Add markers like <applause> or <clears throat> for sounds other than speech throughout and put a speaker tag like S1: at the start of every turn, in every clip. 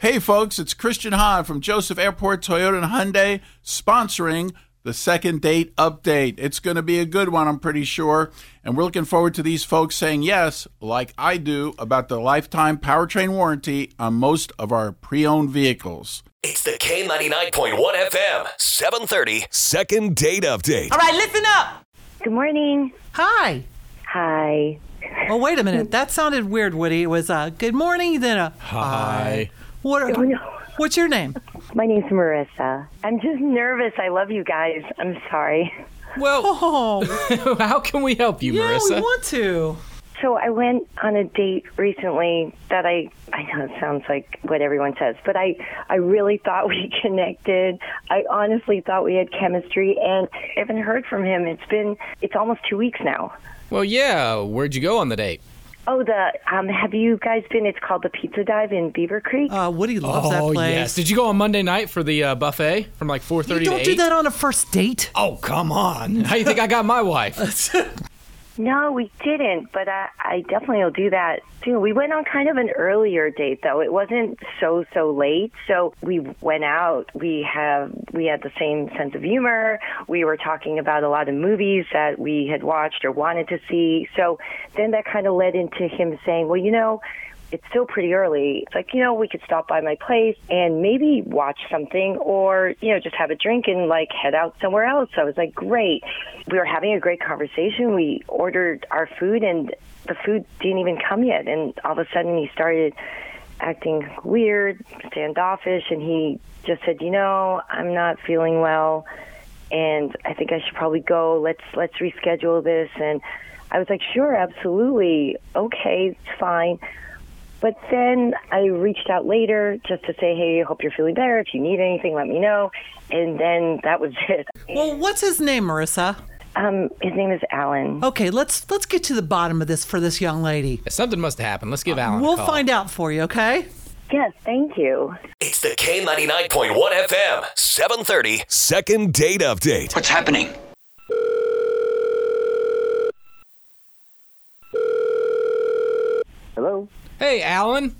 S1: Hey, folks, it's Christian Hahn from Joseph Airport Toyota and Hyundai sponsoring the second date update. It's going to be a good one, I'm pretty sure. And we're looking forward to these folks saying yes, like I do, about the lifetime powertrain warranty on most of our pre owned vehicles.
S2: It's the K99.1 FM, 730.
S3: Second date update.
S4: All right, listen up.
S5: Good morning.
S4: Hi. Mm.
S5: Hi.
S4: Well, Oh, wait a minute. That sounded weird, Woody. It was a good morning, then a
S1: Hi.
S4: what? What's your name?
S5: My name's Marissa. I'm just nervous. I love you guys. I'm sorry.
S6: Well,
S4: <laughs> Oh,
S6: <laughs> how can we help you,
S4: yeah, we
S6: Marissa?
S4: want to.
S5: So I went on a date recently that I I know it sounds like what everyone says, but I I really thought <laughs> we connected. I honestly thought we had chemistry and I haven't heard from him. It's been it's almost 2 weeks now.
S6: well, yeah. Where'd you go on the date?
S5: Oh, the um have you guys been it's called the Pizza Dive in Beaver Creek?
S4: Uh, Woody loves that place.
S6: Oh, yes. Did you go on Monday night for the uh, buffet from like 4:30
S4: You
S6: to
S4: don't
S6: 8?
S4: do that on a first date.
S6: Oh, come on. How you think I got my
S4: <laughs>
S6: wife?
S5: No, we didn't, but I, I definitely will do that too. We went on kind of an earlier date though. It wasn't so so late. So we went out. We have we had the same sense of humor. We were talking about a lot of movies that we had watched or wanted to see. So then that kind of led into him saying, "Well, you know, it's still pretty early. It's like, you know, we could stop by my place and maybe watch something or, you know, just have a drink and like head out somewhere else. I was like, great. We were having a great conversation. We ordered our food and the food didn't even come yet. And all of a sudden he started acting weird, standoffish. And he just said, you know, I'm not feeling well and I think I should probably go. Let's let's reschedule this. And I was like, sure, absolutely, okay, it's fine. But then I reached out later just to say, hey, hope you're feeling better. If you need anything, let me know. And then that was <laughs> it.
S4: Well, what's his name, Marissa?
S5: Um, his name is Alan.
S4: Okay, let's let's get to the bottom of this for this young lady.
S6: Something must happen. Let's give Alan
S4: We'll
S6: a call.
S4: find out for you, okay?
S5: Yes, thank you.
S2: It's the K99.1 FM, 730.
S3: Second date update.
S7: What's happening?
S8: Hello.
S6: Hey, Alan.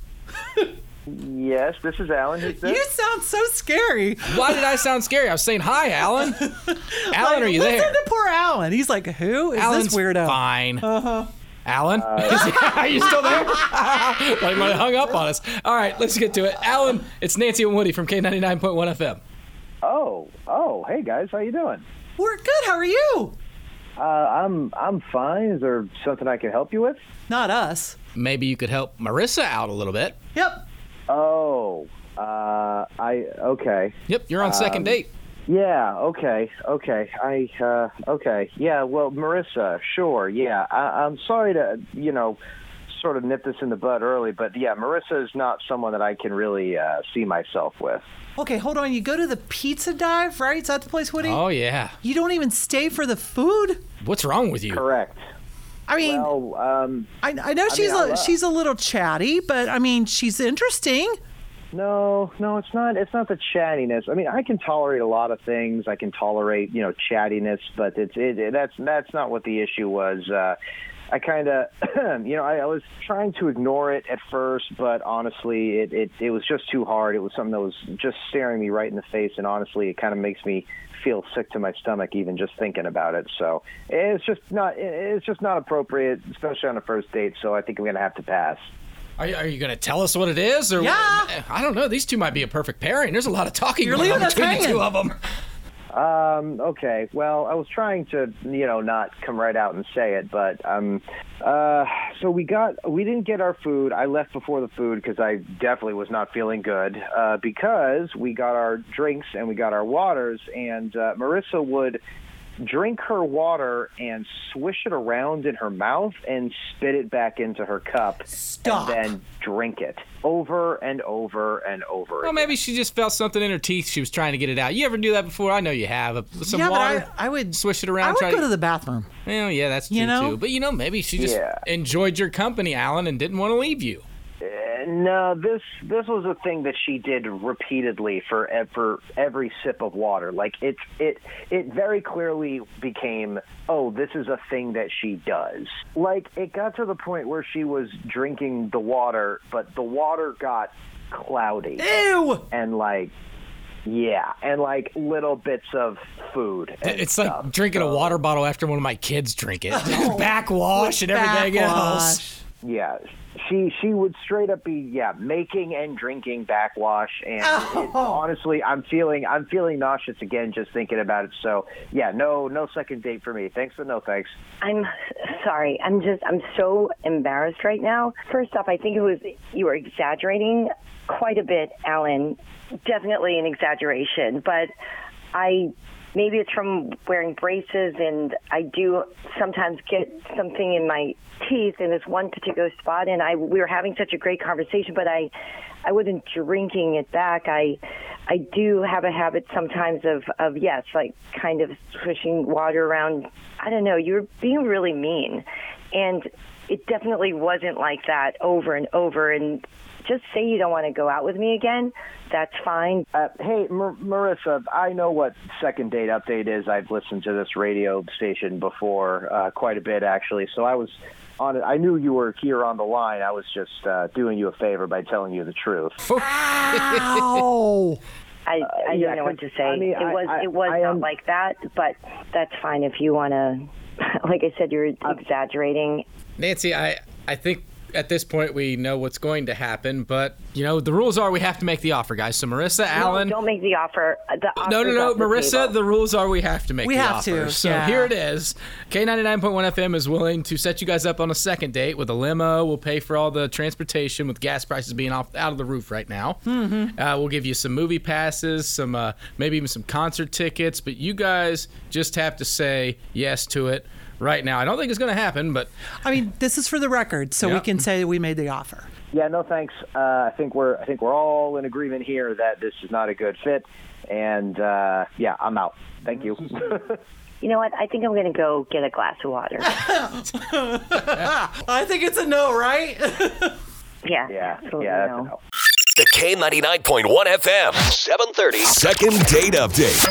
S8: Yes, this is Alan. Who's this?
S4: You sound so scary.
S6: Why did I sound scary? I was saying
S4: <laughs>
S6: hi, Alan. Alan,
S4: Like,
S6: are you
S4: listen
S6: there?
S4: to poor Alan. He's like, who is
S6: Alan's
S4: this weirdo? Uh,
S6: fine. Uh-huh. Alan, <laughs> are you
S4: <laughs>
S6: still there? like when it hung up on us. All right, let's get to it. Alan, it's Nancy and Woody from K99.1 FM.
S8: Oh, oh, hey guys, how you doing?
S4: We're good. How are you?
S8: Uh, I'm I'm fine. Is there something I can help you with?
S4: Not us.
S6: Maybe you could help Marissa out a little bit.
S4: Yep.
S8: Oh, uh, I okay.
S6: Yep, you're on
S4: Um,
S6: second date.
S8: Yeah, okay, okay. I uh, okay. Yeah, well, Marissa, sure. Yeah, I, I'm sorry to you know sort of nip this in the bud early, but yeah, Marissa is not someone that I can really uh, see myself with.
S4: Okay, hold on. You go to the pizza dive, right? Is that the place, Woody?
S6: Oh yeah.
S4: You don't even stay for the food.
S6: What's wrong with you?
S8: Correct.
S4: I mean,
S8: Well, um,
S4: I, I know she's a,
S8: I'll laugh.
S4: she's a little chatty, but I mean, she's interesting.
S8: No, no, it's not. It's not the chattiness. I mean, I can tolerate a lot of things. I can tolerate, you know, chattiness, but it's it, it that's that's not what the issue was. Uh, I kind of, <clears throat> you know, I, I was trying to ignore it at first, but honestly, it, it it was just too hard. It was something that was just staring me right in the face, and honestly, it kind of makes me feel sick to my stomach even just thinking about it. So it's just not it- it's just not appropriate, especially on a first date. So I think I'm gonna have to pass.
S6: Are you, are you gonna tell us what it is? Or
S4: Yeah.
S6: I don't know. These two might be a perfect pairing. There's a lot of talking
S4: You're
S6: going on
S4: leaving us
S6: between the
S4: hanging.
S6: two of them.
S8: Um, okay. Well, I was trying to, you know, not come right out and say it, but um, uh, so we got, we didn't get our food. I left before the food because I definitely was not feeling good uh, because we got our drinks and we got our waters, and uh, Marissa would drink her water and swish it around in her mouth and spit it back into her cup
S4: Stop.
S8: and then drink it over and over and over.
S6: Well, maybe she just felt something in her teeth. She was trying to get it out. You ever do that before? I know you have. Uh, Some
S4: yeah,
S6: water.
S4: but I, I would
S6: swish it around,
S4: I would
S6: try
S4: go
S6: to-
S4: to, the bathroom.
S6: Well, yeah, that's true
S4: You know?
S6: too. But you know, maybe she just
S8: Yeah.
S6: enjoyed your company, Alan, and didn't want to leave you.
S8: No, this this was a thing that she did repeatedly for ever every sip of water. Like it it it very clearly became, oh, this is a thing that she does. Like it got to the point where she was drinking the water, but the water got cloudy
S4: Ew!
S8: and like yeah, and like little bits of food. and
S6: It's
S8: stuff.
S6: like drinking a water bottle after one of my kids
S4: <laughs>
S6: drink it. backwash and everything else.
S4: Oh, Backwash.
S8: yeah she she would straight up be yeah making and drinking backwash and it- honestly i'm feeling i'm feeling nauseous again just thinking about it so yeah no no second date for me thanks but no thanks
S5: I'm sorry. I'm just, I'm so embarrassed right now. First off, I think it was, you were exaggerating quite a bit, Alan. Definitely an exaggeration, but I, maybe it's from wearing braces and I do sometimes get something in my teeth in this one particular spot and I, we were having such a great conversation, but I, I wasn't drinking it back. I, I do have a habit sometimes of, of yes, like kind of swishing water around. I don't know. You're being really mean, and it definitely wasn't like that over and over. And just say you don't want to go out with me again. That's fine.
S8: Uh, hey, Mar- Marissa, I know what second date update is. I've listened to this radio station before uh, quite a bit, actually. So I was on it. I knew you were here on the line. I was just uh, doing you a favor by telling you the truth.
S4: Ow!
S5: I, I
S8: Uh, yeah,
S5: don't know what to say.
S8: I mean,
S5: it
S8: I-
S5: was
S8: I-
S5: it was
S8: I
S5: not
S8: am-
S5: like that, but that's fine if you want to. <laughs> Like I said, you're exaggerating,
S6: Nancy, I, I think at this point we know what's going to happen, but you know the rules are we have to make the offer, guys. So Marissa, Alan,
S5: No, don't make the offer. Uh, The
S6: no, no,
S5: offer's
S6: no,
S5: off the
S6: Marissa,
S5: table.
S6: the rules are we have to make
S4: We
S6: the
S4: have to,
S6: offer. So
S4: yeah.
S6: here it is. K99.1 FM is willing to set you guys up on a second date with a limo. We'll pay for all the transportation with gas prices being off out of the roof right now. Mm-hmm. Uh, we'll give you some movie passes, some uh, maybe even some concert tickets, but you guys just have to say yes to it right now. I don't think it's going to happen, but
S4: I mean, this is for the record, so
S6: Yeah.
S4: we can say we made the offer.
S8: Yeah, no thanks. Uh, I think we're I think we're all in agreement here that this is not a good fit, and uh, yeah, I'm out. Thank you.
S5: You know what? I think I'm going to go get a glass of
S8: <laughs>
S5: water.
S4: I think it's a no, right? <laughs>
S5: Yeah.
S8: yeah,
S5: absolutely
S8: yeah, that's
S5: no.
S8: enough.
S2: The K99.1 FM, 730.
S3: Second date update.